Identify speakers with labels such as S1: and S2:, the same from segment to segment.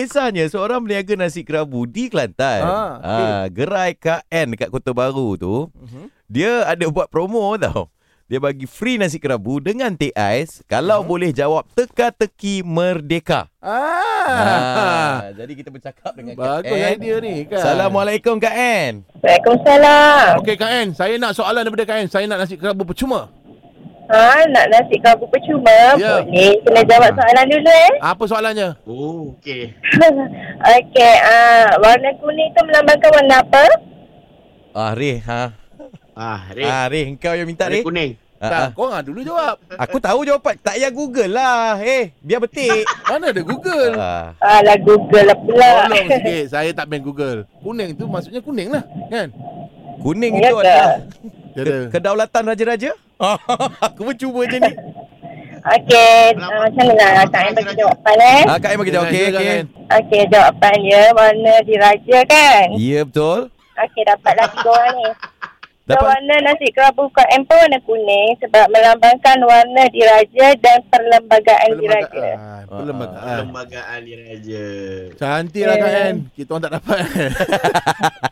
S1: Kisahnya seorang berniaga nasi kerabu di Kelantan.
S2: Ah,
S1: Ah, gerai KN dekat Kota Baru tu,
S2: Mhm.
S1: dia ada buat promo tau. Dia bagi free nasi kerabu dengan teh ais kalau
S2: Mhm.
S1: boleh jawab teka-teki merdeka. Ah,
S2: Ah.
S1: jadi kita bercakap dengan
S2: Bagus
S1: KN.
S2: idea ni kan.
S1: Assalamualaikum KN.
S3: Waalaikumsalam.
S2: Okey Kak En, saya nak soalan daripada Kak En. Saya nak nasi kerabu percuma.
S3: Ha, nak nasi kerabu percuma.
S2: Ya.
S3: Yeah. Boleh. Kena jawab soalan dulu eh.
S2: Apa soalannya?
S4: Oh, okey.
S3: Okey. Uh, warna kuning tu melambangkan warna apa?
S1: Ah, Reh. Ha.
S4: Ah, red.
S1: Ah, Reh, engkau yang minta Reh.
S4: kuning.
S1: Ah, ah.
S2: Tak, korang dulu jawab.
S1: Aku tahu jawapan. Tak payah Google lah. Eh, biar betik.
S2: Mana ada Google?
S1: ah.
S3: Alah, Google lah pula.
S2: Tolong sikit. Saya tak main Google. Kuning tu maksudnya kuning lah. Kan?
S1: Kuning
S3: Ya
S1: itu
S3: ke?
S1: adalah
S2: Jadi,
S1: ke- kedaulatan raja-raja. Aku pun cuba je ni.
S3: Okey. Uh, macam mana lah? Kak Ain bagi jawapan eh.
S1: Ah, Kak Im bagi jawab. Okey, okey.
S3: Okey, jawapan dia warna diraja kan?
S1: Ya, betul.
S3: Okey, dapatlah tiga orang ni. So,
S1: Dapat.
S3: warna nasi kerabu Kak Ain pun warna kuning sebab melambangkan warna diraja dan perlembagaan, diraja.
S1: Ah,
S2: Perlembagaan. Perlembagaan.
S4: Ah. Lembagaan diraja.
S2: Ah. Cantik lah Kak En. Kita orang tak dapat.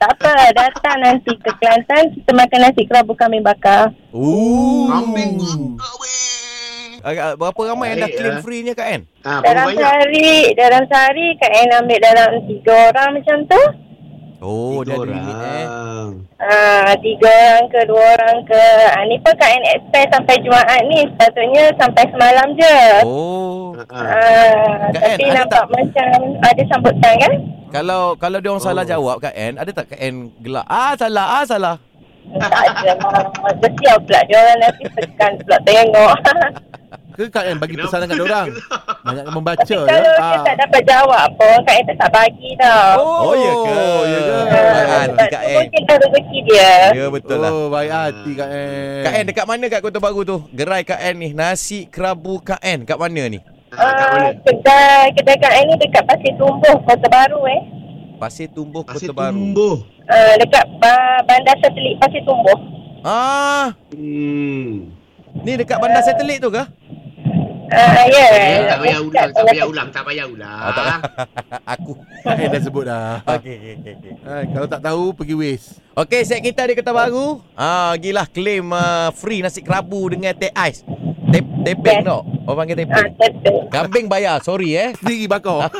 S3: Tak apa, datang nanti ke Kelantan kita makan nasi kerabu kami bakar.
S1: Ooh.
S4: Kambing
S1: Ah, berapa ramai yang dah
S4: Baik,
S1: claim
S4: ah.
S1: free-nya Kak Em?
S4: Ah, berapa
S3: Dalam
S4: banyak?
S3: sehari, dalam sehari Kak Ain ambil dalam tiga orang macam tu.
S1: Oh, dah ada limit eh.
S4: orang.
S3: Ah, tiga orang ke dua orang ke. Ah, ni pun Kak Ain expect sampai Jumaat ni. Sepatutnya sampai semalam je.
S1: Oh.
S4: Ah, ah.
S3: Ah,
S1: Kak
S3: tapi
S1: Ain, ada
S3: nampak
S1: tak-
S3: macam ada sambutan kan?
S1: Kalau kalau dia orang
S4: Oh.
S1: salah jawab Kak Em, ada tak Kak Em gelak? Ah, salah, ah, salah.
S3: tak ada lah. Bersiap pula dia orang nanti tekan pula tengok.
S2: Ke Kak En bagi pesanan kat orang. Banyak membaca
S3: tapi
S2: ya.
S3: kalau dia tak dapat jawab pun Kak Ain tetap bagi tau.
S1: Ah. Oh, ya ke?
S2: Ya ke?
S1: Ah,
S3: Sebab
S1: Kak
S3: tu
S1: Ain.
S3: mungkin dah rezeki dia.
S1: Ya, betul lah.
S2: Oh, baik hati Kak En.
S1: Kak En dekat mana kat Kota Baru tu? Gerai Kak En ni, nasi kerabu Kak En kat mana ni?
S4: Ah, kat mana?
S3: Ah, kedai kedai Kak Ain ni dekat Pasir Tumbuh, Kota Baru eh.
S1: Pasir Tumbuh
S4: Pasir
S1: Kota Baru.
S4: tumbuh.
S3: Uh, dekat uh, bandar satelit Pasir Tumbuh.
S1: Ah,
S4: Hmm.
S1: ni dekat bandar satelit tu ke?
S3: Uh, ya.
S4: Eh,
S3: Yeah.
S4: tak payah ulang, tak payah ulang, tak payah ulang.
S1: Ah, tak. Aku.
S2: Kak En dah sebut dah.
S1: Okey, okey, okey, okey.
S2: Hai, kalau tak tahu pergi waste.
S1: Okey, set kita di Kota Baru. Ah, gilah claim ah, free nasi kerabu dengan teh ais. Teh tepeng
S3: Yes.
S1: tau. Orang panggil
S3: Ah,
S1: tepeng.
S3: betul.
S1: Kambing bayar, sorry eh.
S2: Sendiri bakar.